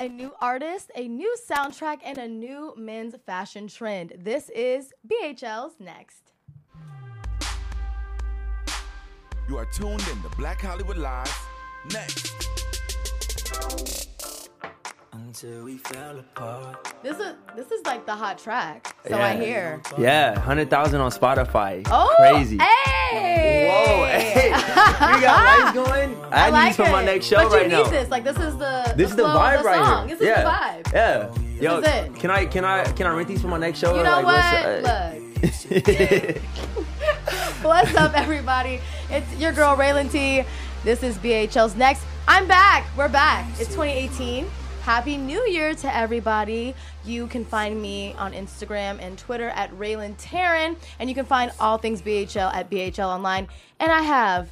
a new artist, a new soundtrack, and a new men's fashion trend. This is BHL's Next. You are tuned in to Black Hollywood Live. Next. Until we fell apart. This is this is like the hot track, so I Yeah. hear. Yeah, 100,000 on Spotify. Oh, Crazy. Hey! Whoa, hey. we got lights going. I, I need like this for it. my next show but you right need now. this. Like this is the This is the flow of vibe the right song. here. This is yeah. the vibe. Yeah. Yo, This is it. can I can I can I rent these for my next show? You Or, know like, what? what's, Look, uh, what's up, everybody? It's your girl Raylan T. This is BHL's next. I'm back. We're back. It's 2018. Happy New Year to everybody. You can find me on Instagram and Twitter at Raylan Taryn, and you can find all things BHL at BHL Online. And I have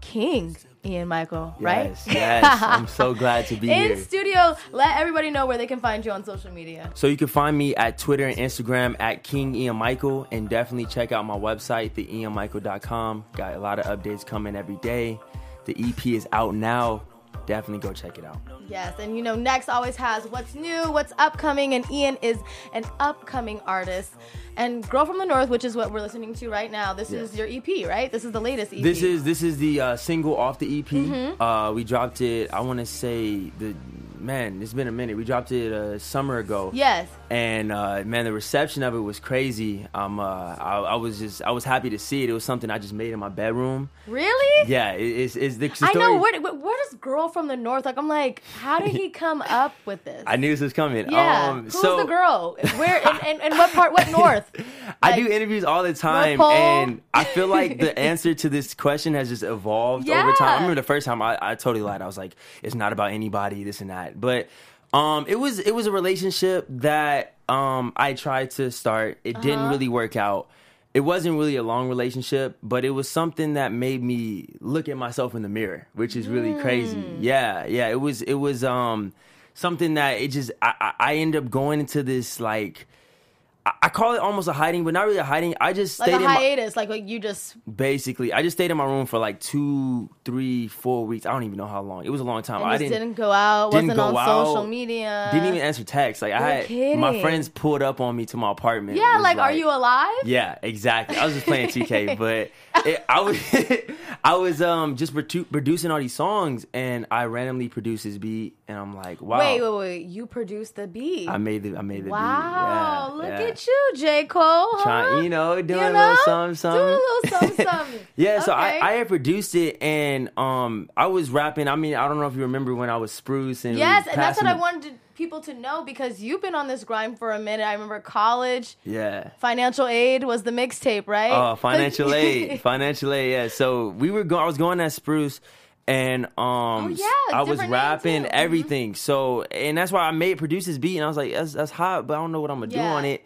King Ian Michael, right? Yes, yes. I'm so glad to be In here. studio, let everybody know where they can find you on social media. So you can find me at Twitter and Instagram at King Ian Michael, and definitely check out my website, theianmichael.com. Got a lot of updates coming every day. The EP is out now. Definitely go check it out. Yes, and you know, Next always has what's new, what's upcoming, and Ian is an upcoming artist. And Girl from the North, which is what we're listening to right now, this Yes. is your EP, right? This is the latest E EP. This is this is the uh, single off the EP. Mm-hmm. Uh, we dropped it. I want to say the man. It's been a minute. We dropped it a summer ago. Yes. And uh, man, the reception of it was crazy. Um, uh, I, I was just I was happy to see it. It was something I just made in my bedroom. Really? Yeah, it, it's, it's the story. I know. Where, where where does Girl from the North, like, I'm like, how did he come up with this? I knew this was coming. yeah. Um, Who's so the girl? Where and, and, and what part? What north? I Like, do interviews all the time, Pole. and I feel like the answer to this question has just evolved over time. I Yeah. remember the first time I, I totally lied. I was like, "It's not about anybody, this and that." But um, it was it was a relationship that um, I tried to start. Uh-huh. It didn't really work out. It wasn't really a long relationship, but it was something that made me look at myself in the mirror, which is really crazy. Mm. Yeah, yeah. It was it was um something that it just I, I, I end up going into this like I, I call it almost a hiding, but not really a hiding. I just like stayed a in my, hiatus, like, like you just basically I just stayed in my room for like two, three, four weeks. I don't even know how long. It was a long time. and I just didn't, didn't, go out, didn't wasn't go on out, social media. didn't even answer texts. Like I had You're my kidding. friends pulled up on me to my apartment. Yeah, Was like, are you alive? yeah, exactly. I was just playing 2K, but it, I was I was um just produ- producing all these songs, and I randomly produced this beat, and I'm like, wow. Wait, wait, wait. You produced the beat. Oh. I made the I made the Wow, beat. look Yeah, yeah. at you, J. Cole. Huh? Trying, you know, doing a Uh-huh. know? little something, something. Doing a little something, something. Yeah, so Okay. I, I had produced it and um I was rapping. I mean, I don't know if you remember when I was spruce and we Yes, and that's passing what I the- wanted to- people to know because you've been on this grind for a minute. I remember college, Yeah. financial aid was the mixtape, right? Oh, financial aid. financial aid, yeah. So we were going I was going at Spruce and um Oh, yeah, I was different name rapping too. Mhm. everything. So and that's why I made produce this beat and I was like, that's that's hot, but I don't know what I'm gonna Yeah. do on it.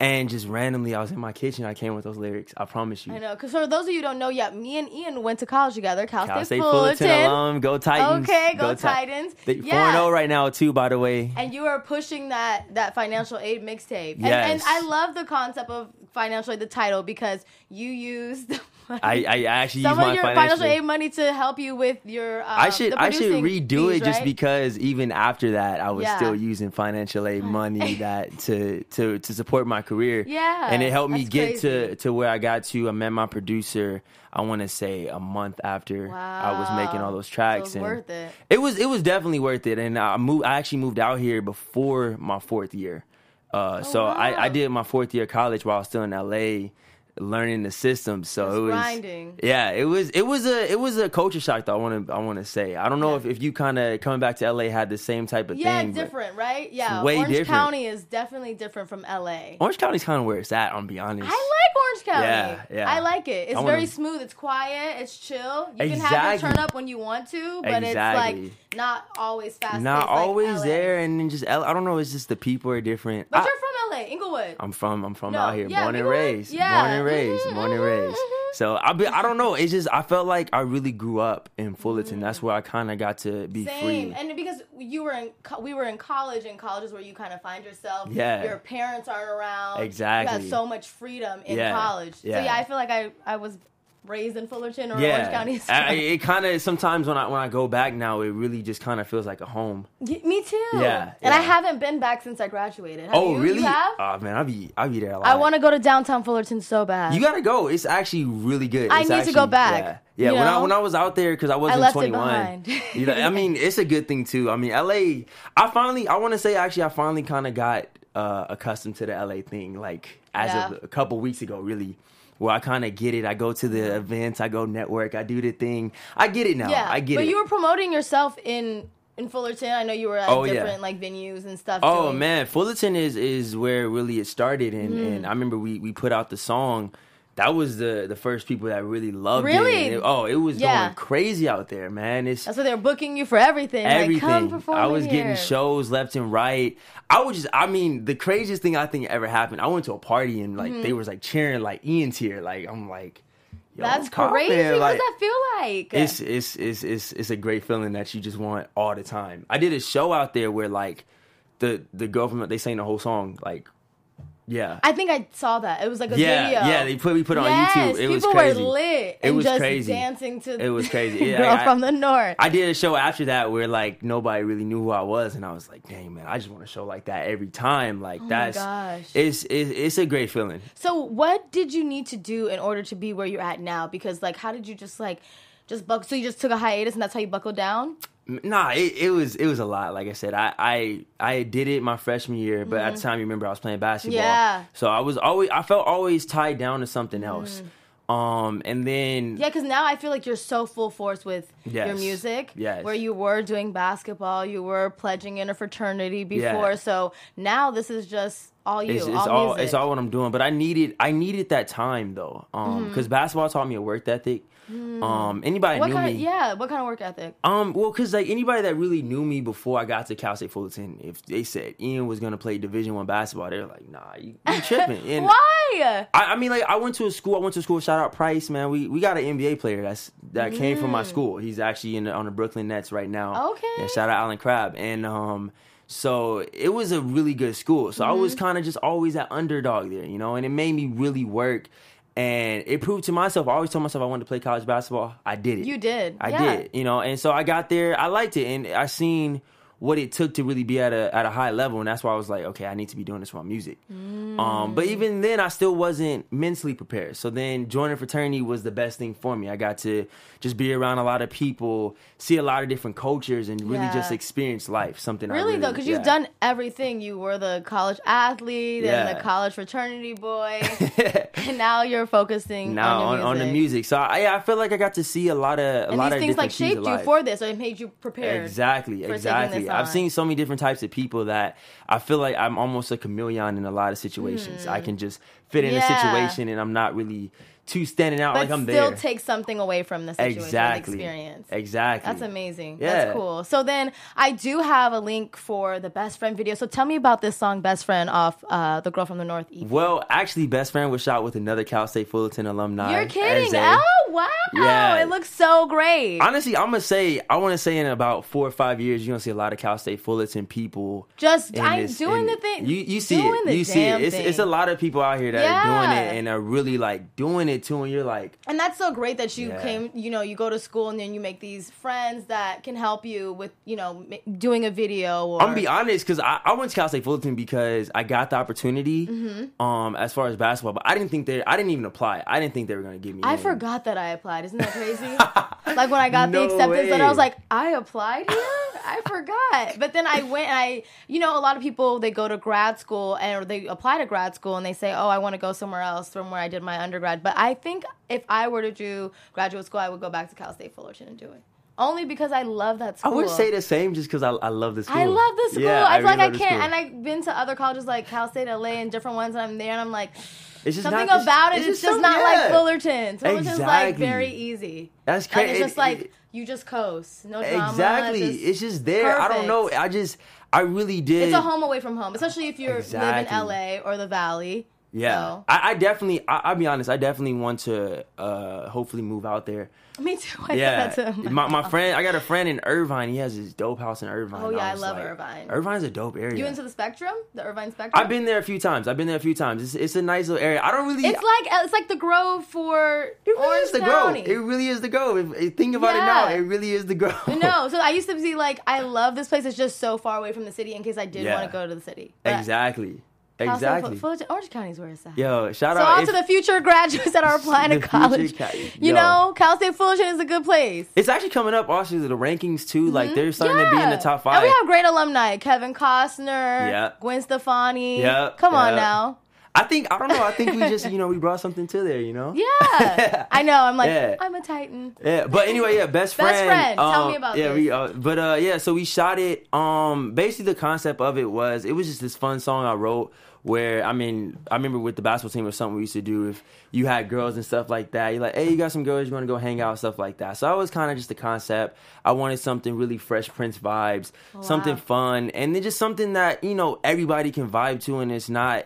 And just randomly I was in my kitchen, I came with those lyrics. I promise you. I know, because for those of you who don't know yet, me and Ian went to college together, Cal, Cal State State Fullerton alum, go Titans. Okay, go Ti- Titans. They Yeah. 4-0 right now too, by the way. and you are pushing that that financial aid mixtape. And, and Yes. I love the concept of financial aid, the title, because you used the money- I, I actually some use my of your financial financial aid money to help you with your. Um, I should the I should producing redo fees, it just right? because even after that I was Yeah. still using financial aid money that to to to support my career. Yeah, and it helped me that's get crazy. to to where I got to. I met my producer. I want to say a month after I was making Wow. all those So it tracks. was and worth it. It was it was definitely worth it, and I moved. I actually moved out here before my fourth year, uh, so I, Oh, wow. I did my fourth year of college while I was still in LA, learning the system. So Just it was grinding. Yeah, it was it was a it was a culture shock. Though I want to I want to say I don't know Yeah. if, if you kind of coming back to LA had the same type of Yeah, thing. it's but different, right? Yeah, way Orange different. County is definitely different from LA. Orange County's kind of where it's at. I'm be honest. I like Orange County. Yeah, yeah. I like it. It's I wanna- very smooth. It's quiet. It's chill. You can have your Exactly. turn up when you want to, but it's Exactly. like not always fast. not paced like always LA. there, and then just L- I don't know. It's just the people are different. But I- you're from LA, Inglewood. I'm from I'm from No, out here, yeah, born and Inglewood, raised, yeah. born and raised, Mhm, born and mhm, raised. mhm. So I be, I don't know. It's just I felt like I really grew up in Fullerton. That's where I kind of got to be Mm. Same, free. and because you were in, co- we were in college, and college is where you kind of find yourself. Yeah. your parents aren't around. you Exactly. have so much freedom in Yeah, college. So yeah. yeah, I feel like I I was raised in Fullerton or Orange yeah, County. I, it kind of sometimes when I when I go back now, it really just kind of feels like a home. Y- Me too. Yeah, And I yeah. haven't been back since I graduated. Have Oh, you? really? You have? Oh man, I'll be I'll be there a lot. I want to go to downtown Fullerton so bad. You gotta go. It's actually really good. I It's need to go actually- back, Yeah, yeah. you when I know? when I was out there because I wasn't left it 21. behind. you know, I mean, it's a good thing too. I mean, LA. I finally, I want to say actually, I finally kind of got uh, accustomed to the LA thing. Like as Yeah. of a couple weeks ago, really. Where I kind of get it. I go to the events. I go network. I do the thing. I get it now. yeah, I get but it. you were promoting yourself in in Fullerton. I know you were at Oh, yeah. different like venues and stuff. Oh doing- man, Fullerton is is where really it started, and, Mm. and I remember we we put out the song. That was the the first people that really loved it. Really? And it- Oh, it was Yeah. going crazy out there, man. It's That's why they're booking you for everything. Like, come everything. perform I was here. getting shows left and right. I was just, I mean, the craziest thing I think ever happened. I went to a party and like Mm-hmm. they was like cheering like Ian's here. Like I'm like, Yo, That's come on, crazy. man. What Like, does that feel like? it's, it's it's it's it's a great feeling that you just want all the time. I did a show out there where like the the girl from they sang the whole song like yeah. I think I saw that. It was like a yeah, video. yeah, they put we put it on yes, YouTube. It people was crazy. were lit. It and was just crazy. Dancing to It was crazy. Yeah, girl I- from the north. I did a show after that where like nobody really knew who I was, and I was like, "Dang man, I just want a show like that every time." Like that's Oh gosh. it's it's it's a great feeling. So what did you need to do in order to be where you're at now? Because like, how did you just like, just buck? So you just took a hiatus and that's how you buckled down? Nah, it, it was it was a lot. Like I said, I I, I did it my freshman year, but at the time, you remember I was playing basketball. Mm-hmm. Yeah. Mm-hmm. So I was always I felt always tied down to something else. Um, and then Yeah, because now I feel like you're so full force with your Yes. music. Yes. Where you were doing basketball, you were pledging in a fraternity Yeah. before. So now this is just all you. it's, it's all, all music. it's all what I'm doing. But I needed I needed that time though, um, because basketball taught me a work ethic. Um, anybody Mm-hmm. Mm. What knew kind me. of yeah? What kind of work ethic? Um, well, because like anybody that really knew me before I got to Cal State Fullerton, if they said Ian was gonna play Division One basketball, they're like, "Nah, you, you tripping." And Why? I, I mean, like I went to a school. I went to a school. Shout out Price, man. We we got an NBA player that's that came from my school. He's actually in the, on the Brooklyn Nets right now. Mm. Okay. Yeah, shout out Allen Crab. And um, so it was a really good school. So I was Mm-hmm. kind of just always that underdog there, you know. And it made me really work. And it proved to myself. I always told myself I wanted to play college basketball. I did it. You did. I Yeah. did. You know. And so I got there. I liked it, and I seen what it took to really be at a at a high level, and that's why I was like, okay, I need to be doing this for my music. Um, but Mm. even then, I still wasn't mentally prepared. So then, joining fraternity was the best thing for me. I got to just be around a lot of people, see a lot of different cultures, and really Yeah. just experience life. Something I Really, really though, because yeah. you've done everything. You were the college athlete and the Yeah. college fraternity boy, and now you're focusing now on, the music. music. So I, yeah, I feel like I got to see a lot of a And lot these of things different like shaped seasons you of life. for this, or it made you prepared. Exactly, taking exactly. this I've on. seen so many different types of people that I feel like I'm almost a chameleon in a lot of situations. I can just fit in Hmm. Yeah. a situation and I'm not really too standing out But like I'm still there. take something away from the situation, or the exactly. experience. Exactly. That's amazing. Yeah. That's cool. So then I do have a link for the best friend video. So tell me about this song, Best Friend, off uh, the Girl from the North. EP. Well, actually, best friend was shot with another Cal State Fullerton alumni. You're kidding. as a- Oh wow. Yeah. It looks so great. Honestly, I'm gonna say I want to say in about four or five years, you're gonna see a lot of Cal State Fullerton people. Just in I'm this- doing in- the thing. You you see doing it. The You see damn it. It's, thing. it's a lot of people out here that are doing Yeah. it and are really like doing it too. And you're like, And that's so great that you Yeah. came, you know, you go to school and then you make these friends that can help you with, you know, ma- doing a video or I'm gonna be honest because I, I went to Cal State Fullerton because I got the opportunity. Mm-hmm. Um, as far as basketball, but I didn't think they. I didn't even apply. I didn't think they were gonna give me. I in. forgot that I applied. Isn't that crazy? like when I got the No acceptance letter, I was way. like, I applied here? I forgot. But then I went and I, you know, a lot of people, they go to grad school and or they apply to grad school and they say, oh, I want to go somewhere else from where I did my undergrad. But I think if I were to do graduate school, I would go back to Cal State Fullerton and do it. Only because I love that I school. would say the same just because I, I love this school. I love the school. Yeah, I feel like really love I the can't. school. And I've been to other colleges like Cal State, LA, and different ones, and I'm there and I'm like, It's just something not- it's- about it. It's, just some- not like yeah. Fullerton. Fullerton's like Exactly. very easy. That's And crazy. it's just like you just coast, no drama. exactly. it's just there. I don't know. perfect. I just I really did. It's a home away from home, especially if you are live in Exactly. LA or the Valley. Yeah, So- I, I definitely. I, I'll be honest. I definitely want to uh, hopefully move out there. Me too. I Yeah, said that to him. my, my friend. I got a friend in Irvine. He has his dope house in Irvine. Oh, yeah, I was love Irvine. Irvine's a dope area. You into the Spectrum, the Irvine Spectrum? I've been there a few times. I've been there a few times. It's, it's a nice little area. I don't really. It's like it's like the Grove for it really Orange is the County. Grove. It really is the Grove. If, if- think about Yeah. it now. It really is the Grove. no, so I used to be like, I love this place. It's just so far away from the city. In case I did Yeah. want to go to the city, But Exactly. I also- Exactly. Full- Full- Orange County is where it's at. Yo, shout So out. out It's, to the future graduates that are applying to The future college. ca- you yo. know, Cal State Fullerton is a good place. it's actually coming up also to the rankings too. Like they're starting to be in the Mm-hmm. Yeah. top And five. we have great alumni: Kevin Costner, Yeah. Gwen Stefani. Yeah, Come on yeah. now. I think I don't know. I think we just you know we brought something to there. You know. Yeah, I know. I'm like, Yeah. I'm a Titan. Yeah, but anyway, yeah, best friend. Best Friend. Tell um, me about yeah, this. We, uh, but uh, yeah, so we shot it. Um, basically, the concept of it was it was just this fun song I wrote. Where I mean, I remember with the basketball team or something we used to do. If you had girls and stuff like that, you're like, "Hey, you got some girls? You want to go hang out?" Stuff like that. So I was kind of just the concept. I wanted something really Fresh Prince vibes, something fun, and then just something that you know everybody can vibe to, and it's not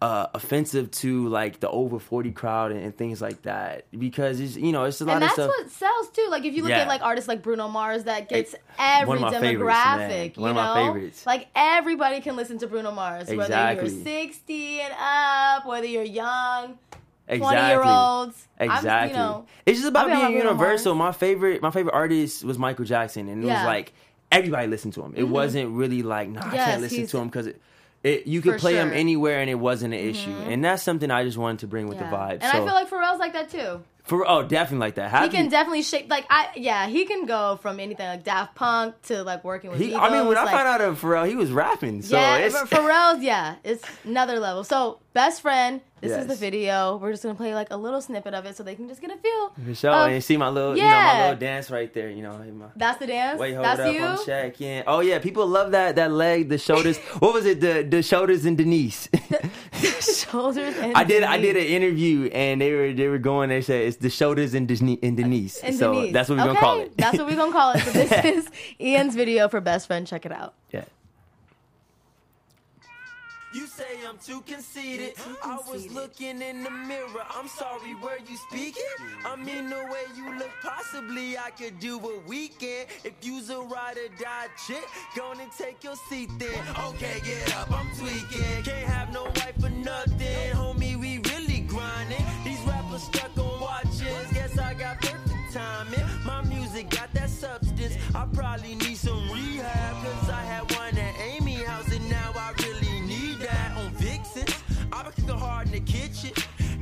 uh, offensive to like the over 40 crowd and, and things like that because it's you know it's a lot And of that's stuff what sells too. Like if you look Yeah. at like artists like Bruno Mars, that gets every one of my favorites, man. demographic. One you of my know? favorites. Like everybody can listen to Bruno Mars, whether Exactly. you're 60 and up, whether you're young, 20 exactly year olds. exactly I'm, you know, it's just about I'll be all being about Bruno universal my favorite my favorite artist was michael jackson and it Yeah. Mm-hmm. was like everybody listened to him it wasn't really like nah i Yes, can't listen he's- to him because it, it, you could For play him sure. Mm-hmm. anywhere and it wasn't an issue and that's something i just wanted to bring with yeah. the vibe And I so feel like Pharrell's like that too. for oh definitely like that He Happy- can definitely shape like I yeah he can go from anything like Daft Punk to like working with. he, i mean when Migos, i like, found out of pharrell he was rapping so yeah, it's but Pharrell's, yeah, it's another level. So, best friend, this is the Yes. video. We're just gonna play like a little snippet of it so they can just get a feel. for sure of- and you see my little you know Um, yeah. my little dance right there you know my- that's the dance. Wait, hold that's up. you. I'm checking. Oh yeah, people love that that leg, the shoulders. what was it? The the shoulders and Denise. Shoulders. And I did I did an interview and they were they were going. They said it's the shoulders and Disney and Denise. Uh, And so Denise. that's what we're okay, gonna call it. that's what we're gonna call it. So this is Ian's video for best friend. Check it out. yeah. You say I'm too conceited. I was looking in the mirror. I'm sorry, were you speaking? I mean, the way you look, possibly I could do a weekend. If you's a ride or die chick, gonna take your seat then. Okay, get up, I'm tweaking. Can't have no wife for nothing. Homie, we really grinding. These rappers stuck on watches. Guess I got perfect timing. My music got that substance. I probably need some rehab, cause I had one at Amy house and now I really need that on Vixen. I've been cooking hard in the kitchen.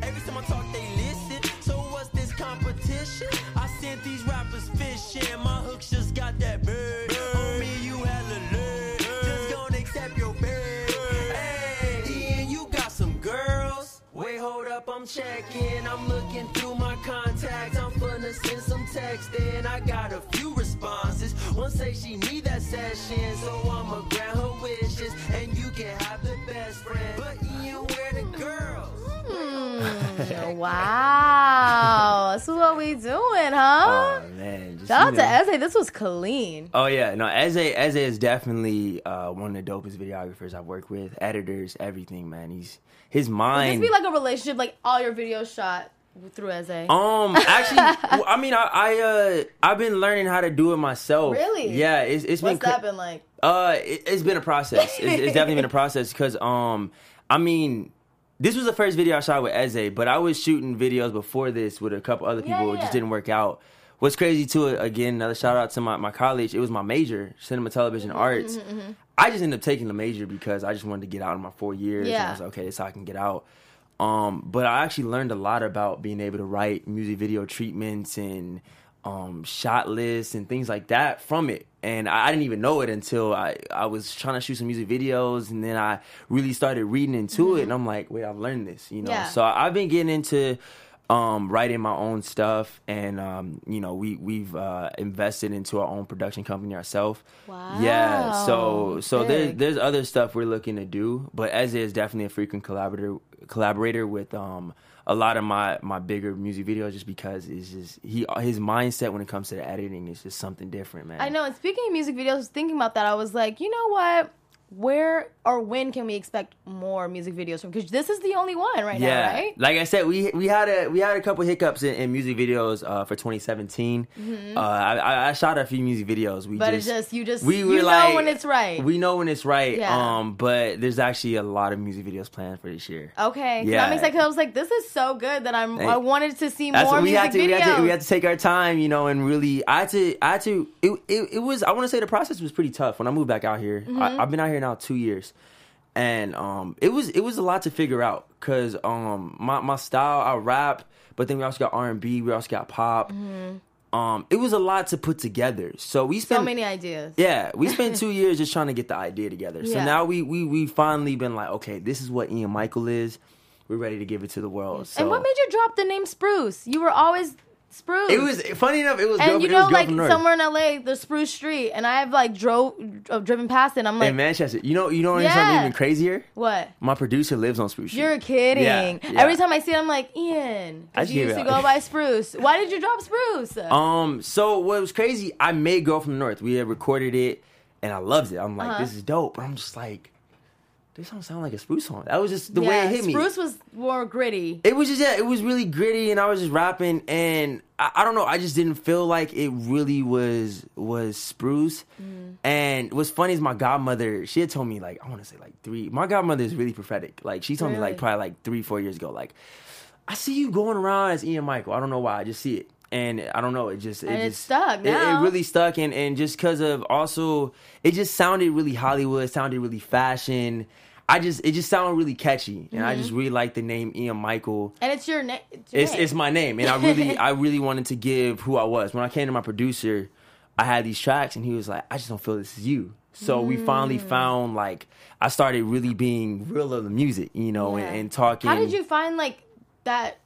Every time I talk, they listen. So what's this competition? I sent these rappers fishing. My hooks just got that bird. Homie, you hella learn. Just gonna accept your bird. Hey, Ian, you got some girls. Wait, hold up, I'm checking. I'm looking through my contacts. I'm finna send some text in. I got a few responses. One say she need that session, so I'ma grant her wishes. And you can have the best friend. But Ian, where the girls? Wow, this is what we doing, huh? Oh man. Just, Shout out you to know. Essay. This was clean. Oh yeah, no. Eze Eze is definitely uh, one of the dopest videographers I've worked with, editors, everything. Man, he's his This mind. be like a relationship, like all your videos shot through Essay. Um, actually, well, I mean, I, I uh, I've been learning how to do it myself. Really? Yeah, it's it's been What's cra- that been like? Uh, it, it's been a process. It's, it's definitely been a process because um, I mean, this was the first video I shot with Eze, but I was shooting videos before this with a couple other people. Yeah, It yeah. just didn't work out. What's crazy too? Again, another shout out to my, my college. It was my major, cinema, television, Mm-hmm, arts. I just ended up taking the major because I just wanted to get out in my four years. And Yeah. I was like, okay, this is how I can get out. Um, but I actually learned a lot about being able to write music video treatments and um, shot lists and things like that from it. And I, I didn't even know it until I, I was trying to shoot some music videos and then I really started reading into it and I'm like, wait, I've learned this, you know. Mm-hmm. Yeah. So I've been getting into um, writing my own stuff and um, you know, we we've uh, invested into our own production company ourselves. Yeah. Wow. So so Big. there's there's other stuff we're looking to do, but Eze is definitely a frequent collaborator collaborator with um a lot of my my bigger music videos just because it's just he his mindset when it comes to the editing is just something different, man. I know. And speaking of music videos, thinking about that, I was like, you know what? where or when can we expect more music videos from? Because this is the only one right now, right? Like I said, we we had a we had a couple hiccups in, in music videos uh, for 2017. Uh, I- I, I shot a few music videos. We Mm-hmm. But it's just, just- you just- we you were know like- when it's right. We know when it's right. Yeah. Um, but there's actually a lot of music videos planned for this year. Okay, 'cause Yeah. I'm excited. 'cause I was like, this is so good that I'm. I wanted to see That's more what we music had to. videos. We had to, we had to take our time, you know, and really. I had to. I had to. It, it, it was. I want to say the process was pretty tough when I moved back out here. Mm-hmm. I, I've been out here now two years, and um, it was it was a lot to figure out because um, my my style, I rap, but then we also got R and B, we also got pop. Um, it was a lot to put together. So we spent Mm-hmm. so many ideas. yeah, we spent two years just trying to get the idea together. So Yeah. now we we we finally been like, okay, this is what Ian Michael is. We're ready to give it to the world. So. And what made you drop the name Spruce? You were always Spruce. It was funny enough. It was And Girl- you it was know, Girl like from North. somewhere in LA, the Spruce Street, and I've like drove, uh, driven past it. And I'm like, in Manchester. You know, you know what's Yeah. something even crazier? what? My producer lives on Spruce Street. You're kidding. Yeah, yeah. Every time I see it, I'm like, Ian. 'cause I you give used to it go up. by Spruce. Why did you drop Spruce? Um, so what was crazy? I made "Girl from the North." We had recorded it, and I loved it. I'm like, Uh-huh. this is dope. But I'm just like, this don't sound like a Spruce song. That was just the way Yeah, it hit me. Spruce was more gritty. it was just yeah, it was really gritty, and I was just rapping, and I, I don't know, I just didn't feel like it really was was spruce. Mm. And what's funny is my godmother, she had told me like I want to say like three. My godmother is really prophetic. Like she told me Really? like probably like three four years ago, like I see you going around as Ian Michael. I don't know why, I just see it. And I don't know, it just it And it just stuck It, now. it really stuck, and and just because of also, it just sounded really Hollywood, sounded really fashion. I just it just sounded really catchy, and I Mm-hmm. just really like the name Ian Michael and it's your, na- it's, your it's name. it's my name, and I really I really wanted to give who I was. When I came to my producer, I had these tracks, and he was like, "I just don't feel this is you." So we finally Mm. found like I started really being real of the music, you know, Yeah. and, and talking. How did you find like that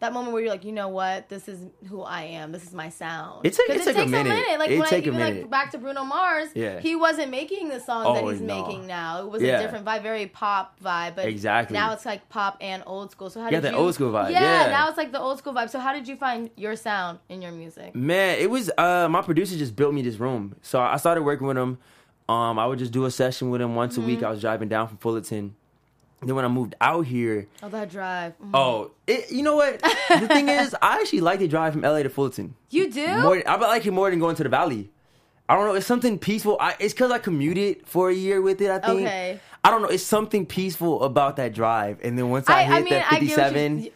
that moment where you're like, you know what, this is who I am, this is my sound. It take- 'Cause it take a minute. Like It when I take a even like minute. back to Bruno Mars, Yeah. he wasn't making the songs that Oh, he's no. making now. It was a Yeah. different vibe, very pop vibe. But Exactly. now it's like pop and old school. So how Yeah, did that you, old school vibe, yeah. now it's like the old school vibe. So how did you find your sound in your music? Man, it was uh my producer just built me this room. So I started working with him. Um I would just do a session with him once a Mm-hmm. week. I was driving down from Fullerton. Then when I moved out here, Oh, that drive. Mhm. oh, it, you know what? the thing is, I actually like to drive from LA to Fullerton. You do? More, I like it more than going to the valley. I don't know. It's something peaceful. I, it's because I commuted for a year with it. I think. Okay. I don't know. It's something peaceful about that drive. And then once I, I- I hit mean, that I get what you- fifty-seven,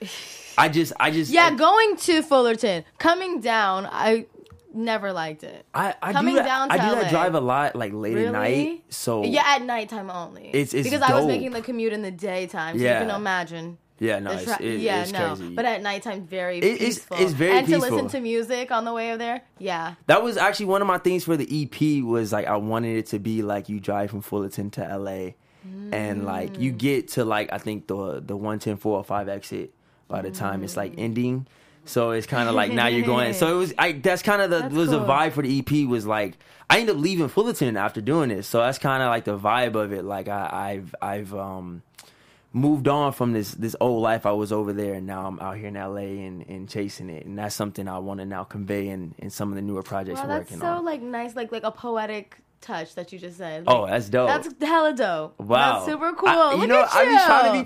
I just, I just, yeah, I, going to Fullerton, coming down, I never liked it. I, I coming do that, down I to do LA. that drive a lot, like late Really? at night. So yeah, at nighttime only. It's- it's because I was dope. making the commute in the daytime, so Yeah. you can imagine. yeah, no, the it's, tra- it- yeah, it's no, crazy. but at nighttime, very It- it's- peaceful. it's very and to peaceful. listen to music on the way over there. Yeah, that was actually one of my things for the EP was like I wanted it to be like you drive from Fullerton to LA and like Mm. you get to like I think the the 110 405 exit by the time it's Mm. like ending. So it's kind of like now you're going. So it was I that's kind of the That's was cool. the vibe for the EP was like I ended up leaving Fullerton after doing this. So that's kind of like the vibe of it. Like I I've I've um moved on from this this old life I was over there and now I'm out here in LA and, and chasing it and that's something I want to now convey in, in some of the newer projects wow, I'm that's working so on. like nice, like like a poetic touch that you just said. oh, Like, that's dope. that's hella dope. wow. that's super cool. I- you Look know, at I you. be trying to be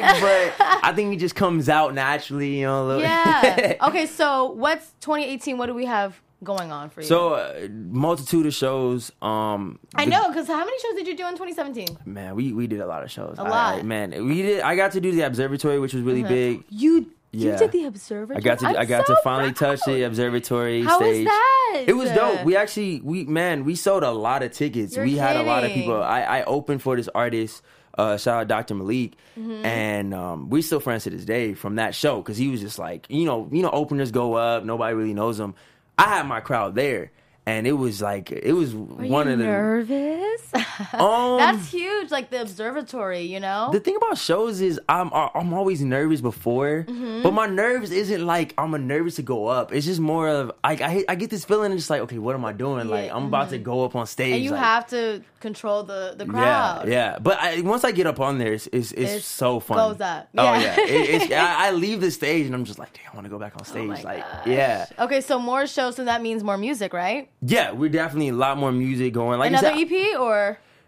but I think it just comes out naturally, you know, a little yeah. Okay, so what's 2018? What do we have going on for you? So uh, multitude of shows. Um, I the- know because how many shows did you do in 2017? man. We, we did a lot of shows. A I- lot. Mm-hmm. man. We did. I got to do the observatory, which was really big. You you Yeah. did the observer. I got to I got to finally touch the observatory How was stage. that? It was dope. We actually we man, we sold a lot of tickets. You're we had a lot of kidding. people. I, I opened for this artist, uh, shout out Dr. Malik, Mm-hmm. and um, we still friends to this day from that show because he was just like you know you know openers go up, nobody really knows them. I had my crowd there, and it was like it was one you of the nervous. um, That's huge, like the observatory. You know, the thing about shows is I'm I- I'm always nervous before, Mm-hmm. but my nerves isn't like I'm a nervous to go up. It's just more of I I, I get this feeling and just like okay, what am I doing? Like I'm about to go up on stage. mm-hmm. and you like, have to control the the crowd. Yeah, yeah. But I, once I get up on there, it's it's, it's It's- so fun. goes up. Oh Yeah. yeah, it, it's, I, I leave the stage and I'm just like, damn, I want to go back on stage. Oh my like gosh. yeah, Okay, so more shows, so that means more music, right? yeah. We're definitely a lot more music going. Like you Another said, EP or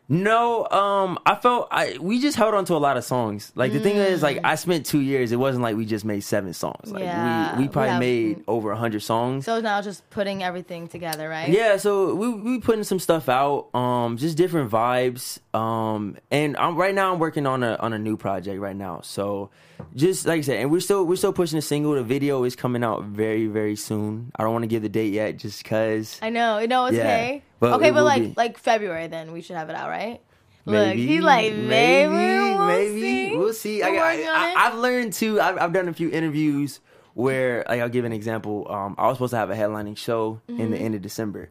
No, um, I felt I we just held on to a lot of songs. Like the thing is, Mm. like I spent two years. It wasn't like we just made seven songs. Like Yeah, we, we we probably have- made over a hundred songs. So now just putting everything together, right? yeah, so we we putting some stuff out, um, just different vibes, um, and I'm right now I'm working on a on a new project right now. So, just like I said, and we're still we're still pushing a single. The video is coming out very very soon. I don't want to give the date yet, just cause I know. No, it's Yeah, okay. but okay, but it will like be. like February then we should have it out, right? Look, Maybe, he like maybe we'll see. we'll see. We're I, working on I, it. I, I've learned too. I've, I've done a few interviews where, like, I'll give an example. Um, I was supposed to have a headlining show in the Mm-hmm. end of December,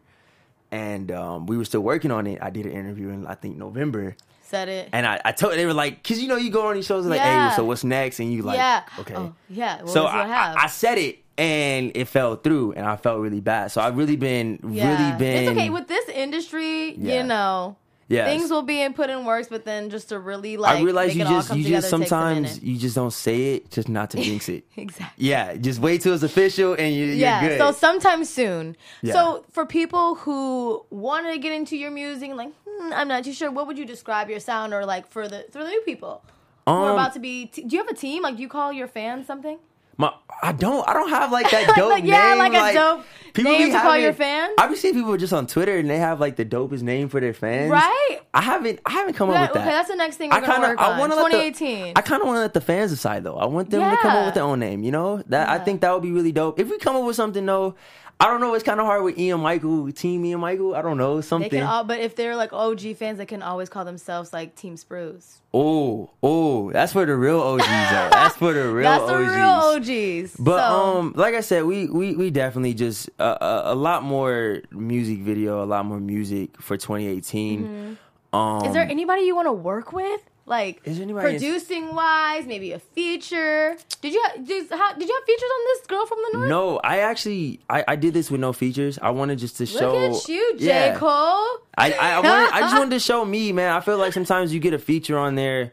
and um, we were still working on it. I did an interview in I think November, Said it. and I, I told they were like, because you know you go on these shows and like, Yeah. hey, so what's next? And you like, yeah. okay. Oh, yeah. What so was I, what I, have? I said it. And it fell through, and I felt really bad. So I've really been, really been. It's okay with this industry. Yeah. You know, Yes. things will be in put in works, but then just to really like I make realize you it all just come you together just takes a sometimes minute. you just don't say it just not to jinx it. exactly. Yeah, just wait till it's official and you, you're yeah good. so sometime soon Yeah. so for people who want to get into your music like hmm, i'm not too sure what would you describe your sound or like for the for the new people who are Um, about to be t- do you have a team like do you call your fans something My, I don't, I don't have like that Like, dope like, yeah, name. like a dope people name be to call having- your fans? I be seeing people just on Twitter and they have like the dopest name for their fans. Right? I haven't, I haven't come Yeah, up with that. okay that's the next thing we're I gonna kind work of, I on want to let the, 2018 I kind of want to let the fans decide though. I want them to come Yeah. up with their own name. You know, that I Yeah. think that would be really dope. If we come up with something though, I don't know. It's kind of hard with Ian Michael, Team Ian Michael. I don't know they something. can all but if they're like og fans they can always call themselves like team sprues Oh, oh, that's where the real OGs are. That's for the real that's OGs. the real og's But So, um, like I said, we we we definitely just uh, uh, a lot more music video, a lot more music for 2018. Mm-hmm. Um, is there anybody you want to work with like Is there anybody- producing wise maybe a feature did you ha- did, how, did you have features on this girl from the north no, I actually I, I did this with no features. I wanted just to Look show. at you, J. Yeah. Cole. I I, I, wanted, I just wanted to show me, man. I feel like sometimes you get a feature on there,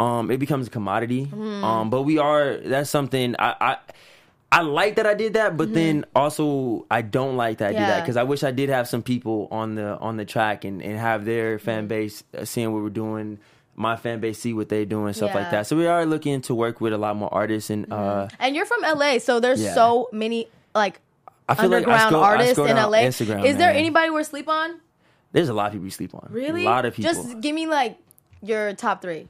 um, it becomes a commodity. Mm-hmm. Um, but we are that's something I. I I like that I did that, but then also I don't like that I did that Mm-hmm. Yeah. because I wish I did have some people on the on the track and, and have their fan base uh, seeing what we're doing, my fan base see what they're doing, stuff Yeah. Mm-hmm. like that. So we are looking to work with a lot more artists and uh, And you're from LA, so there's Yeah. so many like I feel like I underground scroll, I artists scroll in down LA. Instagram, Is there man. anybody we're sleep on? There's a lot of people you sleep on. Really? a lot of people. Just give me like your top three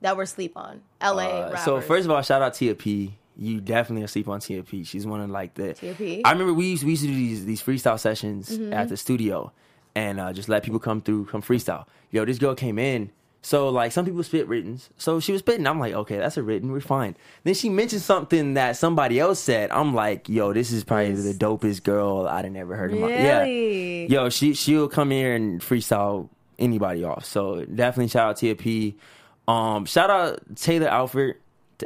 that we're sleep on. LA. Uh, rappers. so first of all, shout out Tia P. You definitely are sleep on Tia P. She's one of like the. Tia P. Mm-hmm. I remember we used we used to do these these freestyle sessions at the studio, and uh, just let people come through, come freestyle. Yo, this girl came in. So like some people spit writtens. So she was spitting. I'm like, okay, that's a written. We're fine. Then she mentioned something that somebody else said. I'm like, yo, this is probably the dopest girl I'd have never heard in my Really? yeah. Yo, she she'll come here and freestyle anybody off. So definitely shout out Tia P. Um, shout out Taylor Alford,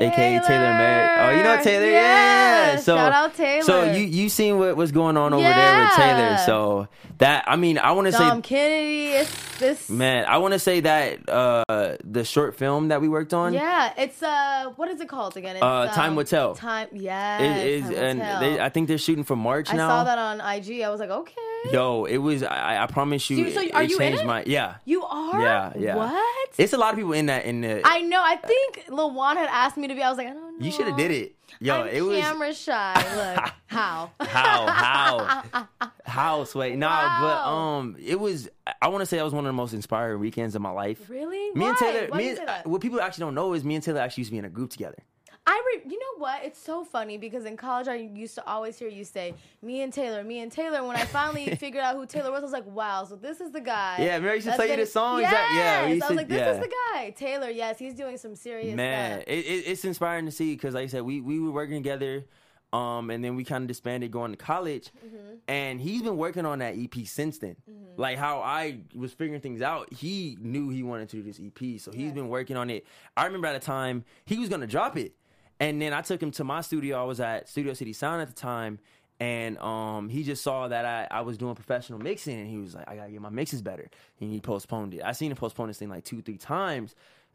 aka Taylor Merritt. Oh, you know Taylor, Yeah. yeah. So Shout out Taylor. So you you seen what what's going on over there with Yeah. Taylor? So that I mean I want to Dom say. Kennedy. It's this. Man, I want to say that uh, the short film that we worked on, Yeah, it's uh, what is it called again? It's, Uh, Time um, Will Tell. Time, yeah. it is, and they, I think they're shooting for March I now. saw that on IG. I was like, okay, Yo, it was. I, I promise you, So- so it, are it you in changed it? my yeah. you are. Yeah, yeah. What? It's a lot of people in that in the. I know. I think Lil Juan had asked me to be. I was like, I don't know. you should have did it. Yo, Oh. I'm it was camera shy. Look how. how how how sway. Nah, but Wow. um, it was. I want to say that was one of the most inspiring weekends of my life. Really? Me Why? and Taylor. Why me did you and- say that? what people actually don't know is me and Taylor actually used to be in a group together. I re- you know what? It's so funny because in college I used to always hear you say me and Taylor, me and Taylor. And when I finally figured out who Taylor was, I was like, wow. So this is the guy. Yeah, remember I used to that's play you been- the songs Yes. that- yeah, we used I to- was like, this is yeah. the guy, Taylor. Yes, he's doing some serious Man, stuff. it, it, it's inspiring to see because, like I said, we we were working together, um, and then we kind of disbanded going to college, Mm-hmm. and he's been working on that EP since then. Like how I was figuring things out, he knew he wanted to do this EP, so he's been working on it. I remember at a time he was gonna drop it, and then I took him to my studio. I was at Studio City Sound at the time. And um, he just saw that I, I was doing professional mixing, and he was like, "I gotta get my mixes better." And he postponed it. I seen him postpone this thing like two, three times,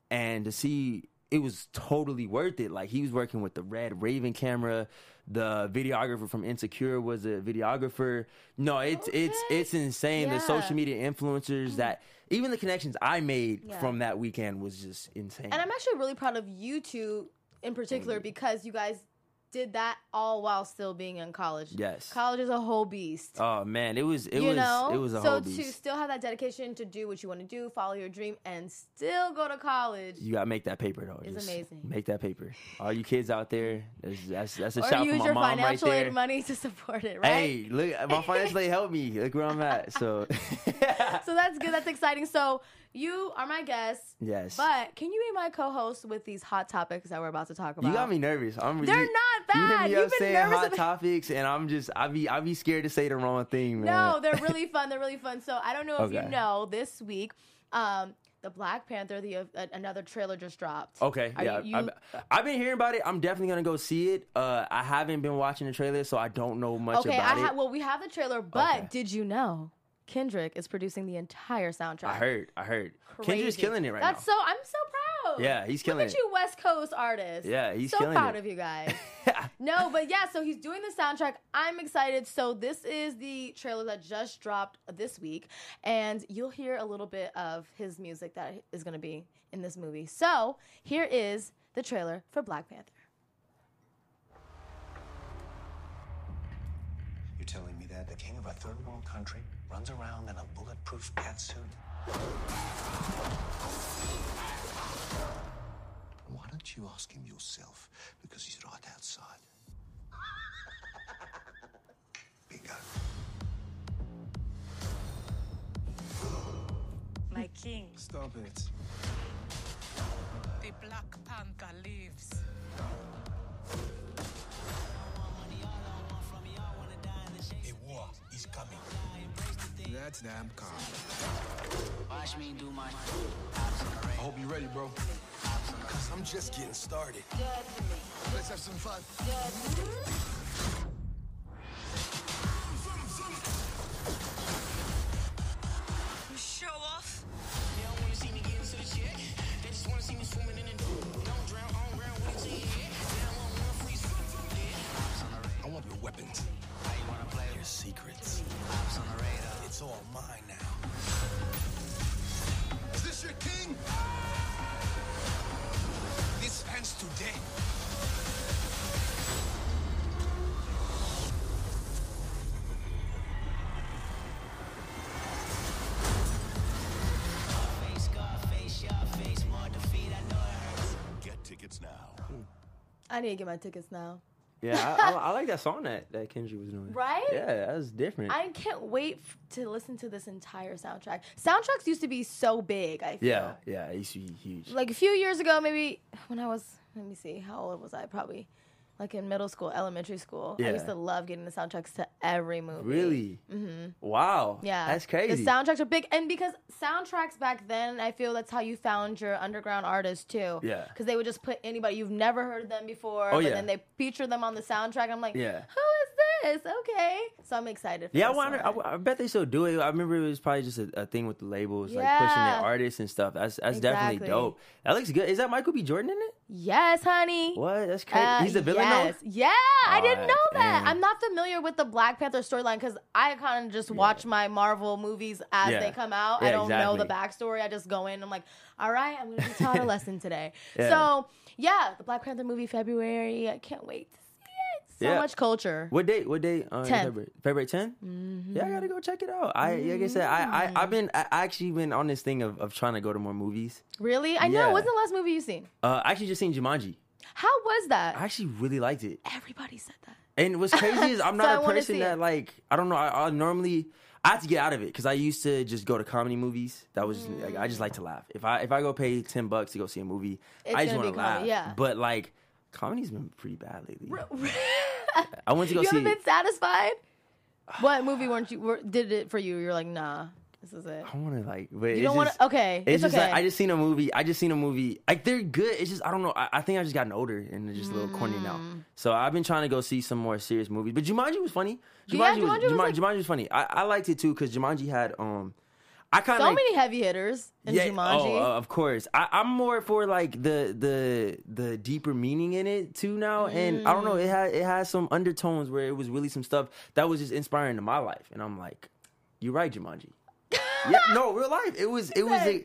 and to see it it was totally worth it. Like he was working with the Red Raven camera. The videographer from Insecure was a videographer. No, it's it's Okay. it's insane. The Yeah. Mm. social media influencers that even the connections I made Yeah. from that weekend was just insane. And I'm actually really proud of you two in Mm-hmm. particular because you guys did that all while still being in college. Yes. College is a whole beast. oh man, it was it you was know? it was a so whole to beast. still have that dedication to do what you want to do, follow your dream, and still go to college. You gotta make that paper though. It's Just amazing. Make that paper. All you kids out there, that's that's, that's a or shout use from my your mom right financial there. aid money to support it, right? Hey, look, my financial aid helped me. Look where I'm at. So, So that's good. That's exciting. So you are my guest. yes. But can you be my co-host with these hot topics that we're about to talk about? You got me nervous. I'm, They're you, not You bad. hit me You've up been saying nervous hot about- topics, and I'm just I be I be scared to say the wrong thing, man. No, they're really fun. They're really fun. So I don't know if you Okay. know this week, um, the Black Panther, the uh, another trailer just dropped. Okay, Are yeah, you- I've, I've been hearing about it. I'm definitely gonna go see it. Uh, I haven't been watching the trailer, so I don't know much okay. I about ha- it. well, we have the trailer, but Okay. did you know Kendrick is producing the entire soundtrack? I heard, I heard. Kendrick's Crazy. killing it right That's now. so. I'm so proud. Yeah, he's killing Look at it. you, West Coast artists. Yeah, he's so killing proud it. of you guys. no, but yeah, so he's doing the soundtrack. I'm excited. So this is the trailer that just dropped this week, and you'll hear a little bit of his music that is going to be in this movie. So here is the trailer for Black Panther. You're telling me that the king of a third world country runs around in a bulletproof catsuit? Why don't you ask him yourself? Because he's right outside. Bingo. My king, Stop it. the Black Panther lives. A war is coming. That's damn calm. Watch me do my I hope you're ready, bro. Cause I'm just getting started. Let's have some fun. Show off. I want your weapons. Your secrets. It's all mine now. Is this your king? This ends today. Get tickets now. I need to get my tickets now. yeah, I, I, I like that song that that Kendrick was doing. Right? Yeah, that was different. I can't wait f- to listen to this entire soundtrack. Soundtracks used to be so big. I feel. yeah, yeah, it used to be huge. like a few years ago, maybe when I was, let me see, how old was I? Probably like in middle school, elementary school. I Yeah. used to love getting the soundtracks to every movie. Really? Mm-hmm. Wow. Yeah. That's crazy. The soundtracks are big. And because soundtracks back then, I feel that's how you found your underground artists too. Yeah. Because they would just put anybody you've never heard of them before, Oh, but yeah. then they feature them on the soundtrack. I'm like, Yeah. who is this? Okay. So I'm excited for yeah, I this wonder. one. I, I bet they still do it. I remember it was probably just a, a thing with the labels, like pushing Yeah. their artists and stuff. That's that's Exactly. definitely dope. That looks good. Is that Michael B. Jordan in it? yes, honey. What? That's crazy. Uh, He's the villain now? yes. Yeah, I didn't Alright, know that. dang. I'm not familiar with the Black Panther storyline because I kind of just watch my Marvel movies as Yeah. they come out. I Yeah, don't know the exactly. backstory. I just go in. I'm like, all right, I'm gonna be taught a lesson today. Yeah. So yeah, the Black Panther movie February. I can't wait to see it. So Yeah. much culture. What date? What date? Uh, in 10th. February. February 10th? Mm-hmm. Yeah, I gotta go check it out. I like I said, I, Mm-hmm. I I've been I I actually been on this thing of, of trying to go to more movies. Really? I know. Yeah. What's the last movie you seen? Uh, I actually just seen Jumanji. How was that? I actually really liked it. Everybody said that. And what's crazy is I'm So I not a wanna see person it. that like I don't know. I, I normally I have to get out of it because I used to just go to comedy movies. That was like I just like to laugh. If I if I go pay ten bucks to go see a movie, It's I just gonna want be to comedy, laugh. yeah. But like comedy's been pretty bad lately. I went to go you see. haven't been satisfied. What movie weren't you? Were, did it for you? You're like, nah, this is it. I want to like. But You don't want to. Okay, it's, It's, just okay. like I just seen a movie. I just seen a movie. Like they're good. It's just I don't know. I, I think I just gotten older and they're just a little corny Mm-hmm. now. So I've been trying to go see some more serious movies. But Jumanji was funny. Jumanji, Yeah, Jumanji was Jumanji, like- Jumanji was funny. I, I liked it too because Jumanji had um. I kind So of many heavy hitters in Oh, Jumanji. uh, of course. I, I'm more for like the the the deeper meaning in it too now, and I don't know. It had it had some undertones where it was really some stuff that was just inspiring to my life, and I'm like, you're right, Jumanji. yeah, no, real life. It was it was a,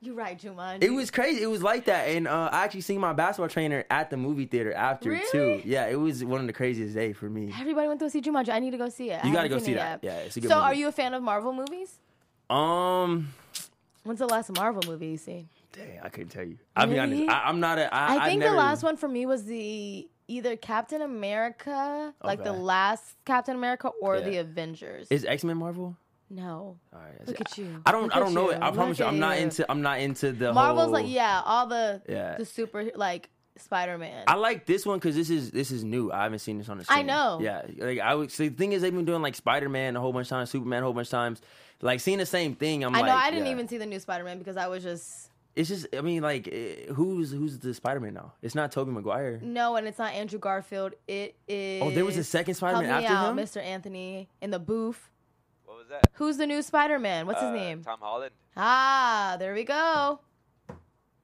You're right, Jumanji. it was crazy. It was like that, and uh, I actually seen my basketball trainer at the movie theater after Really? too. Yeah, it was one of the craziest day for me. Everybody went to go see Jumanji. I need to go see it. I You gotta haven't go seen see it that. yet. Yeah, it's a good so, movie. are you a fan of Marvel movies? Um, When's the last Marvel movie you seen? dang, I couldn't tell you. I'll be Really? honest. I, I'm not a. I, I I think never, the last one for me was the either Captain America, like the Okay. last Captain America, or Yeah. the Avengers. is X Men Marvel. no, All right, that's look it. at you. I don't. Look I don't at know you. it. I promise you, Look at I'm not you. into. I'm not into the Marvel's. whole- Like yeah, all the Yeah. the super like Spider Man. I like this one because this is this is new. I haven't seen this on the. Stream. I know. Yeah, like I would. See, the thing is, they've been doing like Spider Man a whole bunch of times, Superman a whole bunch of times. Like seeing the same thing. I'm I like, know. I didn't yeah. even see the new Spider Man because I was just It's just. I mean, like, eh, who's who's the Spider Man now? It's not Tobey Maguire. no, and it's not Andrew Garfield. It is. Oh, there was a second Help Spider-Man me after out, him. Mr. Anthony in the booth. What was that? Who's the new Spider Man? What's his Uh, name? Tom Holland. Ah, there we go.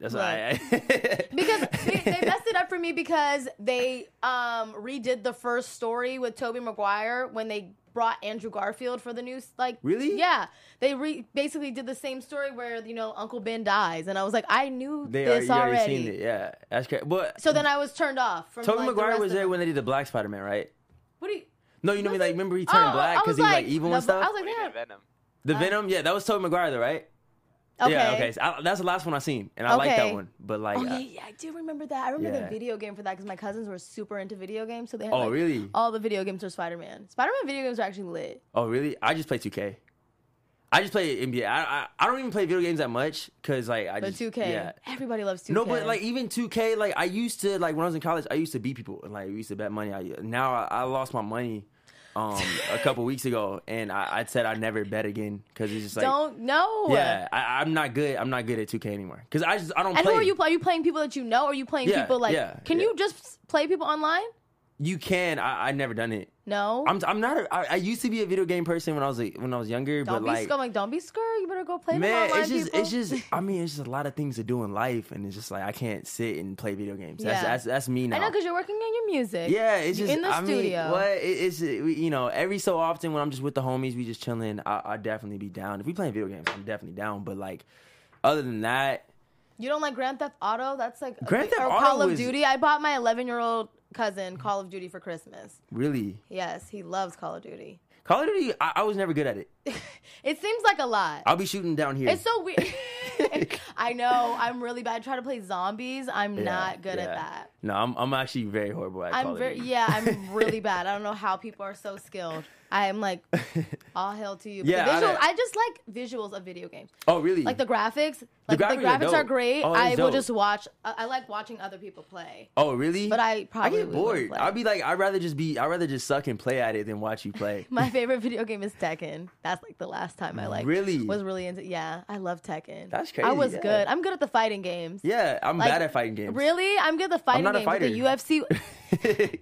That's Look. right. because they, they messed it up for me because they um redid the first story with Toby Maguire when they brought Andrew Garfield for the news like Really? yeah they re- basically did the same story where you know Uncle Ben dies and I was like I knew they this already, already, already seen it. Yeah, that's crazy. But so then I was turned off from Tobey like, the Maguire rest was of there it. when they did the Black Spider Man, right? what do you No, you know what I mean? was Like, it- remember he turned Oh, black I because was he was like evil the- and stuff. I was What like he did in yeah Venom. the Venom, yeah, that was Tobey Maguire, though, right? okay Yeah, okay. So I, that's the last one I seen, and I like Okay. that one. But like, Oh yeah, I- yeah, I do remember that. I remember the Yeah. video game for that because my cousins were super into video games, so they had Oh, like, really? all the video games were Spider Man. Spider Man video games are actually lit. oh really? I just play 2K. I just play NBA. I I, I don't even play video games that much because like I But just 2K, yeah. everybody loves 2K. No, but like even 2K, like I used to like when I was in college, I used to beat people and like we used to bet money. I now I, I lost my money um a couple weeks ago, and I, I said I never bet again because it's just like don't know. yeah, I, I'm not good. I'm not good at 2K anymore because I just I don't And play. who are you? Play? Are you playing people that you know? Or are you playing Yeah, people like? yeah, can yeah. you just play people online? You can. I I never done it. No. I'm I'm not. A, I, I used to be a video game person when I was like, when I was younger, don't but be like scum, like don't be scared. You better go play man, them online. it's just people. it's just. I mean, it's just a lot of things to do in life, and it's just like I can't sit and play video games. That's Yeah. that's that's me now. I know because you're working on your music. yeah, it's You're just in the I mean, studio. what it, it's we- you know every so often when I'm just with the homies, we just chilling. I I definitely be down if we playing video games. I'm definitely down, but like other than that, You don't like Grand Theft Auto? That's like a Grand big- Theft or Auto Call of was- Duty. I bought my 11 year old cousin Call of Duty for Christmas. really, Yes, he loves Call of Duty. Call of Duty, I, I was never good at it. It seems like a lot. I'll be shooting down here. It's so weird. I know. I'm really bad. I try to play zombies. I'm Yeah, not good at yeah. that. No, I'm I'm actually very horrible at Call I'm of very Duty. yeah, I'm really bad. I don't know how people are so skilled. I am like all hail to you. But Yeah, the I visuals, don't- I, just like visuals of video games. Oh really? Like the graphics, like the graphics are graphics are, dope. great. Oh, I it's will dope. just watch. I, I like watching other people play. Oh really? But I probably I get wouldn't bored. play. I'd be like, I'd rather just be, I'd rather just suck and play at it than watch you play. My favorite video game is Tekken. That's like the last time I like Really? was really into. Yeah, I love Tekken. That's I crazy, was yeah. good. I'm good at the fighting games. yeah, I'm Like, bad at fighting games. Really, I'm good at the fighting not a games. with The UFC. Really?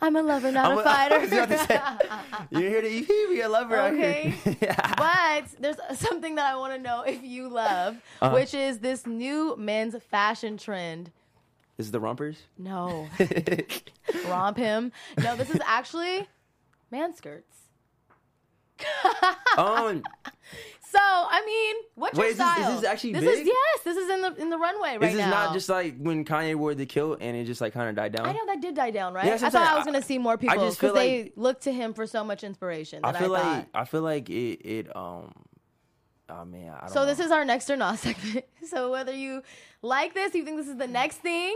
I'm a lover, not I'm a a- fighter. I was about to say. You're here to you hear me a lover out here. but there's something that I want to know if you love, Uh-huh. which is this new men's fashion trend. This is the rompers. No, romp him. No, this is actually man skirts. um, So I mean, what's Wait, your is this- is style? this actually is big? yes. This is in the in the runway right this is now. not just like when Kanye wore the kilt and it just like kind of died down. I know that did die down, right? Yeah, that's I what I'm thought I saying. was I- gonna see more people because just feel they like- looked to him for so much inspiration. I That I, feel thought. like I feel like it. It um. Oh man, I don't so know. this is our next or not segment. So whether you like this, you think this is the next thing.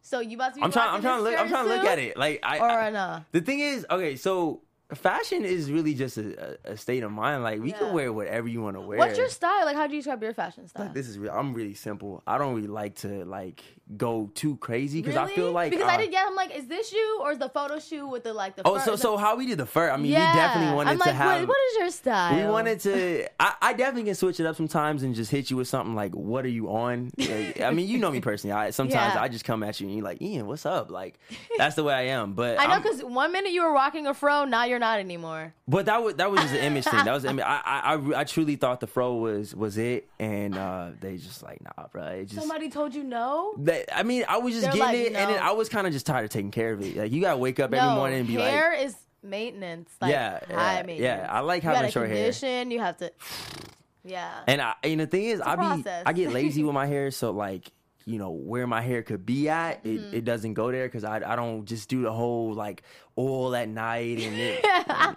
So you about to be I'm trying. I'm rocking trying to this look. I'm trying to look skirt at soon? it. Like I. Or I- a nah? The thing is, okay, so fashion is really just a, a a state of mind. Like we Yeah. can wear whatever you want to wear. What's your style? Like, how do you describe your fashion style? This is real. I'm really simple. I don't really like to like go too crazy because I feel Really? like because uh, I did. Yeah, I'm like, is this you or is the photo shoot with the like the? Oh, fur- so the- so how we did the fur? I mean, yeah. we definitely wanted I'm like, to have. What, what is your style? we wanted to. I, I definitely can switch it up sometimes and just hit you with something like, "What are you on?" Like, I mean, you know me personally. I sometimes Yeah. I just come at you and you're like, "Ian, what's up?" Like that's the way I am. But I know I'm- because one minute you were rocking a fro, now you're not anymore. But that was that was just an image thing. That was an image. I, I I re- I truly thought the fro was was it, and uh, they just like nah, bro. It just Somebody told you no. They- I mean, I was just They're getting like, it, and then no. I was kind of just tired of taking care of it. Like you gotta wake up every no, morning and be like, hair is maintenance. Like Yeah, yeah, high yeah. maintenance. I like you having gotta short hair. condition, You have to. Yeah. And I and the thing is, I be process. I get lazy with my hair, so like you know where my hair could be at, it, Mm-hmm. it doesn't go there because I I don't just do the whole like oil at night and it,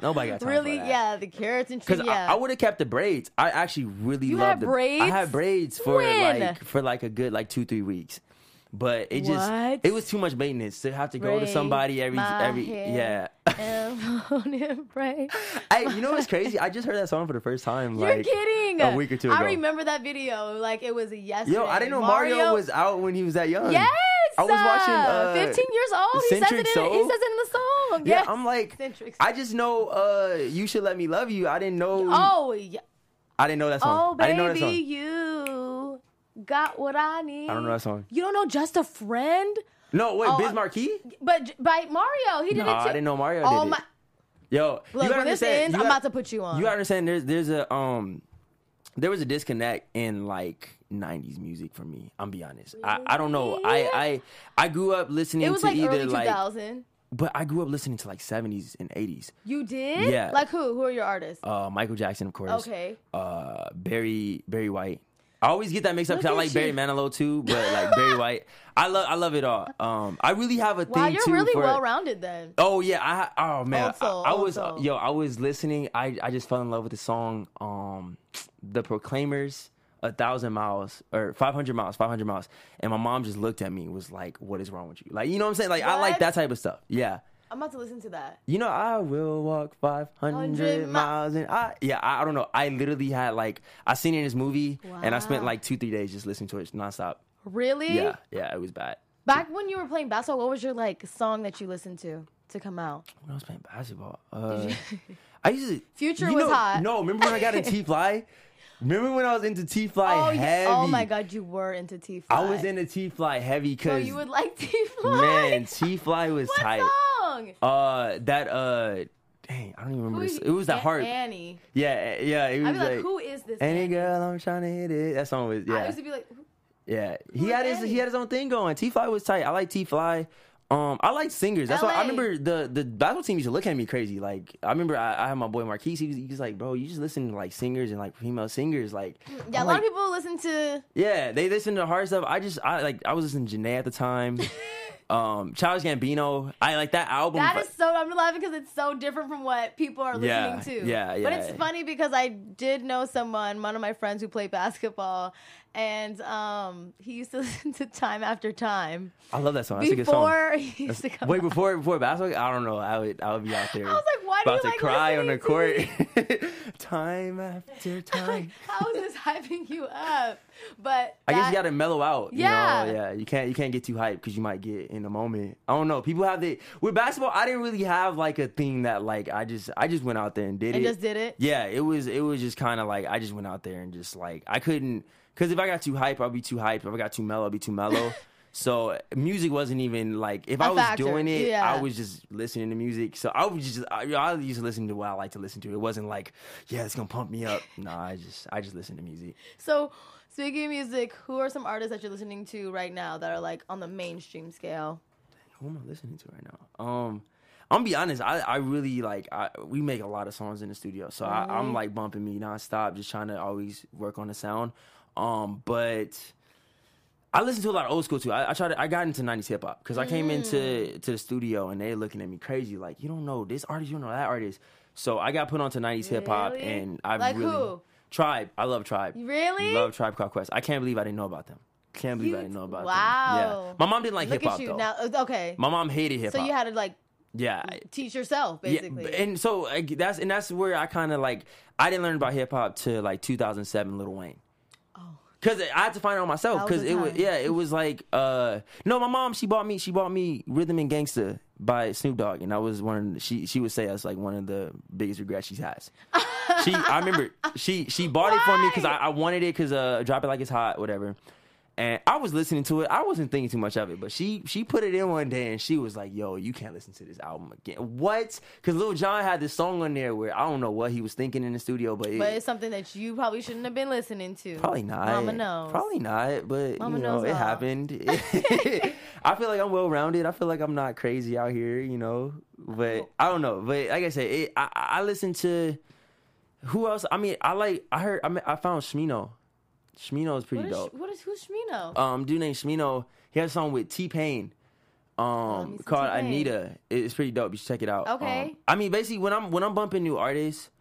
nobody got time really? for that. Yeah. The keratin. Because Tree, yeah. I, I would have kept the braids. I actually really You had loved the I braids? had braids for When? like for like a good like two three weeks, but it just What? it was too much maintenance to have to go to Braid somebody every my every hair. yeah. And bone and brain. I, you know what's crazy? I just heard that song for the first time. You're like, kidding. A week or two ago. I remember that video. Like it was yesterday. Yo, I didn't know Mario, was out when he was that young. Yes. I was watching. uh, Uh, 15 years old. He says it. Centric In, Soul. He says it in the song. Yeah, Yes. I'm like, Centric Soul. I just know uh, you should let me love you. I didn't know. Oh, yeah. I didn't know that song. Oh, I didn't know that baby, you song. got what I need. I don't know that song. You don't know Just a Friend? No, wait, Oh, Biz I- Marquee? But j- by Mario, he did Nah, it I too. didn't know Mario Oh did it. my! Yo, Look, you when gotta this understand, ends, you I'm got- about to put you on. You gotta understand there's there's a um there was a disconnect in like 90s music for me. I'm be honest. I, I don't know. I I I grew up listening it was to like either early 2000. like but I grew up listening to like 70s and 80s. you did? Yeah. Like who? Who are your artists? Uh Michael Jackson of course. Okay. Uh Barry Barry White. I always get that mixed up Look because I at like you. Barry Manilow too, but like Barry White, I love I love it all. Um, I really have a wow, thing you're too really for well rounded then. Oh yeah, I oh man, Old soul, I, I old was soul. yo, I was listening. I I just fell in love with the song, um, the Proclaimers, a thousand miles or five hundred miles, five hundred miles, and my mom just looked at me, and was like, "What is wrong with you?" Like you know what I'm saying? Like I like What? that type of stuff. Yeah, I'm about to listen to that. you know I will walk five hundred Hundred mi- miles, and I yeah I, I don't know. I literally had like I seen it in this movie, and I spent Wow. like two three days just listening to it nonstop. Really? Yeah, yeah, it was bad. Back when you were playing basketball, what was your like song that you listened to to come out? When I was playing basketball, uh, I used to. Future you was know- hot. No, remember when I got into T Fly? Remember when I was into T Fly oh, heavy? yeah. oh my God, you were into T. I was into T Fly heavy So because you would like T. Fly. man, T Fly was what tight. song? Uh, that uh, dang, I don't even remember. Who This. is- It was that An- hard. Annie. Yeah, yeah. It was I'd be like, who is this? Any Annie?" girl, I'm trying to hit it. That song was yeah. I used to be like, who- Yeah, he is had his Eddie? he had his own thing going. T Fly was tight. I like T Fly. Um, I like singers. That's why I LA. remember the the basketball team used to look at me crazy. Like I remember I, I had my boy Marquise. He was, he was like, "Bro, you just listen to like singers and like female singers." Like, yeah, I'm a lot like, of people listen to. Yeah, they listen to hard stuff. I just I like I was listening to Janae at the time. um, Childish Gambino. I like that album. That but- is so. I'm laughing because it's so different from what people are Yeah, listening to. yeah, But yeah. it's funny because I did know someone, one of my friends who played basketball, and um, he used to listen to Time After Time I love that song. That's a good song. before he used to come. Wait, before before basketball, I don't know. I would I would be out there. I was like, why do about you to like cry on the court, listening time after time. How is this hyping you up? But I guess that- you gotta mellow out. You Yeah. Know? Yeah. You can't you can't get too hyped because you might get in the moment. I don't know. People have the with basketball. I didn't really have like a thing that like I just I just went out there and did And it. just did it? Yeah. It was it was just kind of like I just went out there and just like I couldn't because if I got too hype, I'd be too hype. If I got too mellow, I'd be too mellow. so music wasn't even like if I A was factor, doing it, yeah. I was just listening to music. So I was just I, I used to listen to what I like to listen to. It wasn't like yeah, it's gonna pump me up. no, I just I just listened to music. So, speaking of music, who are some artists that you're listening to right now that are like on the mainstream scale? who am I listening to right now? Um, I'm gonna be honest. I, I really like. I we make a lot of songs in the studio, so I, Mm-hmm. I'm like bumping me nonstop, just trying to always work on the sound. Um, but I listen to a lot of old school too. I, I tried. To, I got into '90s hip hop because I came Mm. into to the studio and they looking at me crazy, like you don't know this artist, you don't know that artist. So I got put onto '90s hip hop, Really? and I Like really who? Tribe. I love Tribe. Really? love Tribe Called Quest. I can't believe I didn't know about them. Can't believe I You- didn't know about them. Yeah, wow. my mom didn't like Look hip hop at you though. now. uh, Okay. My mom hated hip hop. So you had to like yeah, I- teach yourself basically. yeah, b- and so like, that's and that's where I kind of like I didn't learn about hip hop to like 2007 Lil Wayne. Cause I had to find out myself. Oh. That was Cause the it was time. yeah, it was like uh no, my mom she bought me she bought me Rhythm and Gangsta by Snoop Dogg, and I was one. Of the, she she would say that's like one of the biggest regrets she has. she I remember she she bought it for me because I, I wanted it because uh Drop It Like It's Hot whatever, And I was listening to it. I wasn't thinking too much of it, but she she put it in one day and she was like, "Yo, you can't listen to this album again." What? Because Lil Jon had this song on there where I don't know what he was thinking in the studio, but, But it, it's something that you probably shouldn't have been listening to. Probably not. Mama knows. Probably not. But Mama you know, knows it all. happened. I feel like I'm well rounded. I feel like I'm not crazy out here. You know, but I don't know. But like I said, it, I, I listen to who else? I mean, I like. I heard. I mean, I found Shmino. Shmino is pretty What is, dope. what is who's Shmino? um, dude named Shmino. He has a song with T Pain. Um, Oh, me some called T-Pain. Anita. It- It's pretty dope. You should check it out. Um, Okay. I mean, basically, when I'm when I'm bumping new artists,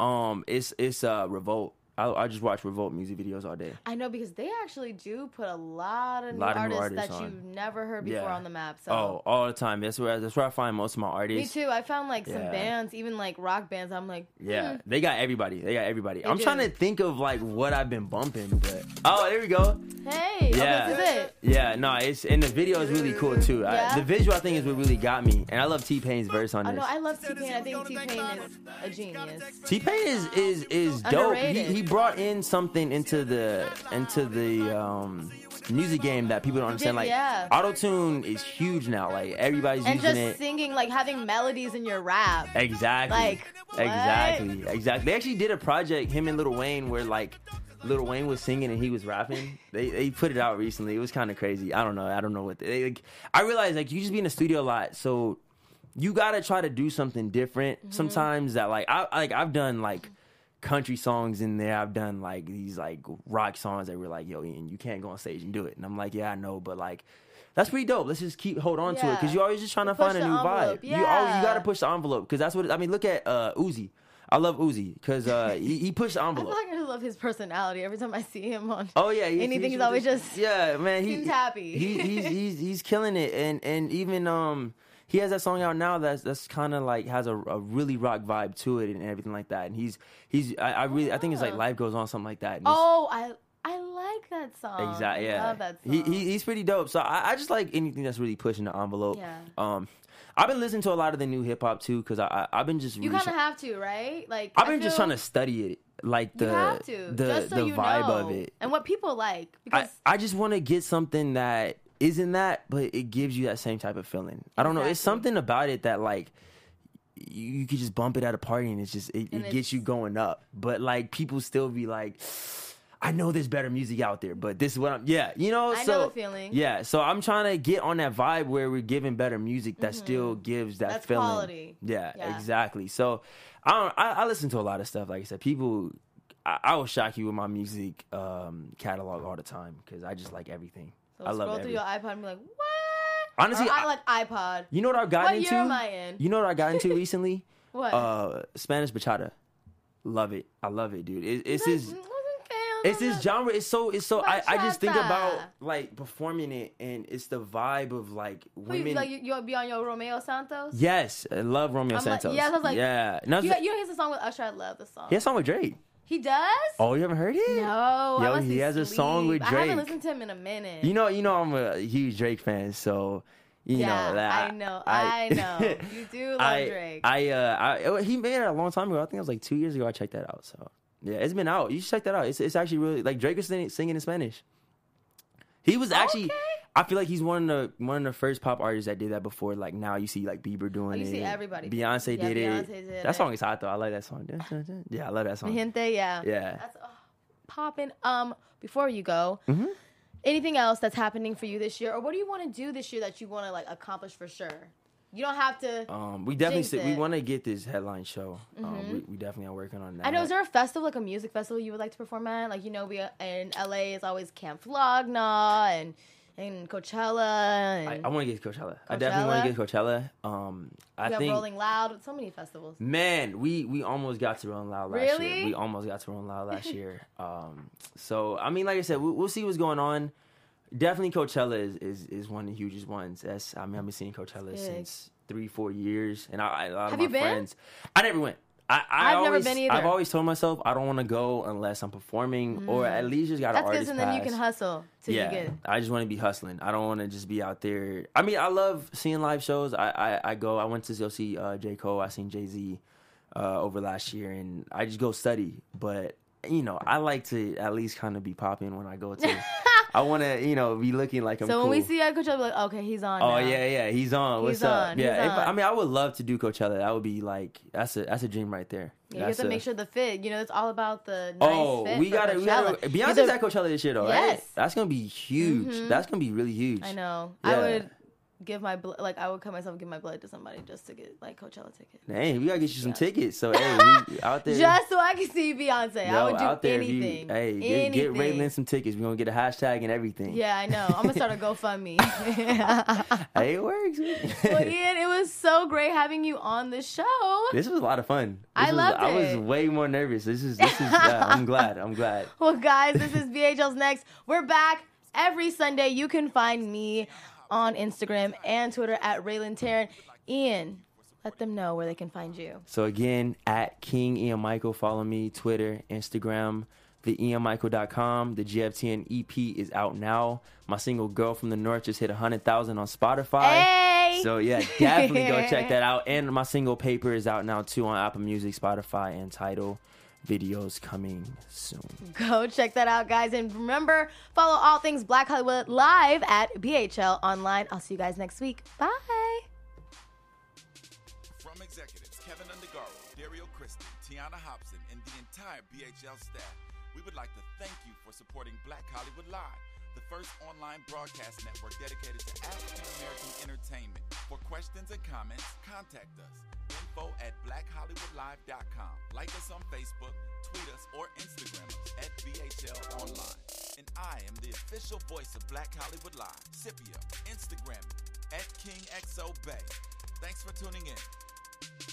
um, it's it's uh Revolt. I, I just watch Revolt music videos all day. I know because they actually do put a lot of new Lot of new artists, that artists on. you've never heard before Yeah. on the map. So Oh, all the time. That's where that's where I find most of my me artists. too. I found like some Yeah. bands, even like rock bands. I'm like, Yeah, they got everybody. They got everybody. I'm Hmm. do. trying to think of like what I've been bumping, but oh, there we go. hey, Yeah. oh, this is it. Yeah, no, it's and the video is really cool too. I- Yeah. the visual I think is what really got me, and I love T Pain's verse on Oh this. no, I love T Pain. I think T Pain is a genius. T Pain is is is dope. He, Underrated. he brought in something into the into the um music game that people don't understand. Like yeah. auto tune is huge now. Like everybody's And using just it. singing, like having melodies in your rap. Exactly. Like, what? exactly. Exactly. They actually did a project him and Lil Wayne where like Lil Wayne was singing and he was rapping. They they put it out recently. It was kind of crazy. I don't know. I don't know what they, they- like. I realized like you just be in the studio a lot, so you gotta try to do something different Mm-hmm. sometimes. That like I like I've done like country songs in there. I've done like these like rock songs that were like, yo, Ian, you can't go on stage and do it. And I'm like, yeah, I know, but like. That's pretty dope. Let's just keep hold on to it because Yeah. you're always just trying to Push find a the new envelope. vibe. You always Yeah. you gotta push the envelope because that's what I mean. Look at uh, Uzi. I love Uzi because uh, he, he pushed the I'm envelope. not gonna love his personality. Every time I see him on, Oh yeah, he's, Anything, he's he's always just- just yeah, man. He, seems happy. He, he's he's he's killing it, and and even um he has that song out now that's that's kind of like has a, a really rock vibe to it and everything like that. And he's he's I, I really I think it's like Yeah. life goes on something like that. And it's- Ah. oh, I I like that song. Exactly. Yeah. I love that song. He, he he's pretty dope. So I, I just like anything that's really pushing the envelope. Yeah. Um, I've been listening to a lot of the new hip hop too because I, I I've been just you really kind of try- have to, right? Like I've I been just feel trying to study it, like the you have to, the just so the you vibe know, of it. and what people like because I, I just want to get something that isn't that, but it gives you that same type of feeling. I don't know. It's Exactly. something about it that like you, you could just bump it at a party and it's just it, And it gets you it's- going up. But like people still be like, I know there's better music out there, but this is what I'm. Yeah, you know. I know so the feeling. Yeah, so I'm trying to get on that vibe where we're giving better music that still gives that Mm-hmm. That's feeling. quality. Yeah, Yeah. exactly. So I don't. I, I listen to a lot of stuff. Like I said, people. I, I will shock you with my music um, catalog all the time because I just like everything. so I love scroll through everything. your iPod and be like, what? Honestly, Or I, I- like iPod. You know what I've gotten What into? year am I in? You know what I got into recently? What? Uh, Spanish bachata. Love it. I love it, dude. It, it's his. Wasn't It's this famous. genre. It's so. It's so. I, I just think Bachata. about like performing it, and it's the vibe of like Who you- women. Like you, you'll be on your Romeo Santos. yes, I love Romeo I'm like- Santos. yes, I was like- yeah. No, You, you know, he has a song with Usher. I love the song. he has a song with Drake. He does? Oh, you haven't heard it? no. I Yo, must he be has a song asleep. with I haven't Drake. listened to him in a minute. You know, you know, I'm a huge Drake fan, so you yeah, know that. I know. I, know. You do love I, Drake. I, uh, I, oh, he made it a long time ago. I think it was like two years ago. I checked that out. So yeah, it's been out. You should check that out. It's, it's actually really like Drake was singing, singing in Spanish. He was actually. Okay. I feel like he's one of the one of the first pop artists that did that before. Like now, you see like Bieber doing Oh, you it. see everybody. Beyonce Yeah, did Beyonce it. did that it. song is hot though. I like that song. Yeah, I love that Mi song. gente, yeah. Yeah. That's oh, popping. Um, before you go, Mm-hmm. anything else that's happening for you this year, or what do you want to do this year that you want to like accomplish for sure? You don't have to. Um, we definitely Jinx sit- we it. want to get this headline show. Um, we, we definitely are working on Mm-hmm. that. I know. Is there a festival, like a music festival, you would like to perform at? Like you know, we in LA is always Camp Flogna and and Coachella and I, I want to get Coachella. I definitely want to Mm-hmm. Coachella? get Coachella. Um, I we have think Rolling Loud. So many festivals. man, we we almost got to run loud last Really? year. We almost got to run loud last year. Um, so I mean, like I said, we, we'll see what's going on. Definitely, Coachella is, is is one of the hugest ones. That's I mean, I've been seeing Coachella It's big. since three four years, and I, I a lot Have of my you been? friends. I never went. I, I I've never always, been either. I've always told myself I don't want to go unless I'm performing or at least just got Mm. an That's good, artist and then you pass. can hustle till yeah, you get. I just want to be hustling. I don't want to just be out there. I mean, I love seeing live shows. I I, I go. I went to go see uh, J Cole. I seen Jay Z uh, over last year, and I just go study. But you know, I like to at least kind of be popping when I go to I want to, you know, be looking like I'm So when we cool. see you at Coachella, we're like, okay, he's on. Oh now. yeah, yeah, he's on. What's He's up? on, Yeah, he's if- I on. mean, I would love to do Coachella. That would be like that's a that's a dream right there. Yeah, you have That's to a- make sure the fit. You know, it's all about the nice Oh, fit. we for gotta, we Coachella. gotta. You Beyonce's either- at Coachella this year, though, right? Yes. Mm-hmm. That's gonna be huge. That's gonna be really huge. I know. Yeah. I would give my blood. Like I would cut myself, and give my blood to somebody just to get like Coachella tickets. Hey, we gotta get you some Yeah. tickets. So hey, we out there. Just so I can see Beyonce. yo, I would do out there, if you- anything. hey, anything. get, get Raylan some tickets. We're gonna get a hashtag and everything. Yeah, I know. I'm gonna start a GoFundMe. Hey, it works. well, Ian, it was so great having you on the show. This was a lot of fun. This I was, loved I was it. way more nervous. This is this is. yeah, I'm glad. I'm glad. Well, guys, this is BHL's Next. We're back every Sunday. You can find me on Instagram and Twitter at Raylan Tarrant. Ian, let them know where they can find you. So again, at King Ian Michael, follow me, Twitter, Instagram, the ianmichael.com. The GFTN EP E is out now. My single Girl from the North just hit 100,000 on Spotify. Hey! So yeah, definitely go check that out. And my single Paper is out now too on Apple Music, Spotify, and Title. Videos coming soon. Go check that out, guys. And remember, follow all things Black Hollywood live at BHL online. I'll see you guys next week. Bye. From executives Kevin Undergaro, Dario Christie, Tiana Hobson, and the entire BHL staff, we would like to thank you for supporting Black Hollywood Live, the first online broadcast network dedicated to African American entertainment. For questions and comments, contact us. Info at blackhollywoodlive.com. Like us on Facebook, tweet us, or Instagram us at BHL Online. And I am the official voice of Black Hollywood Live, Scipio, Instagram me at King XO Bay. Thanks for tuning in.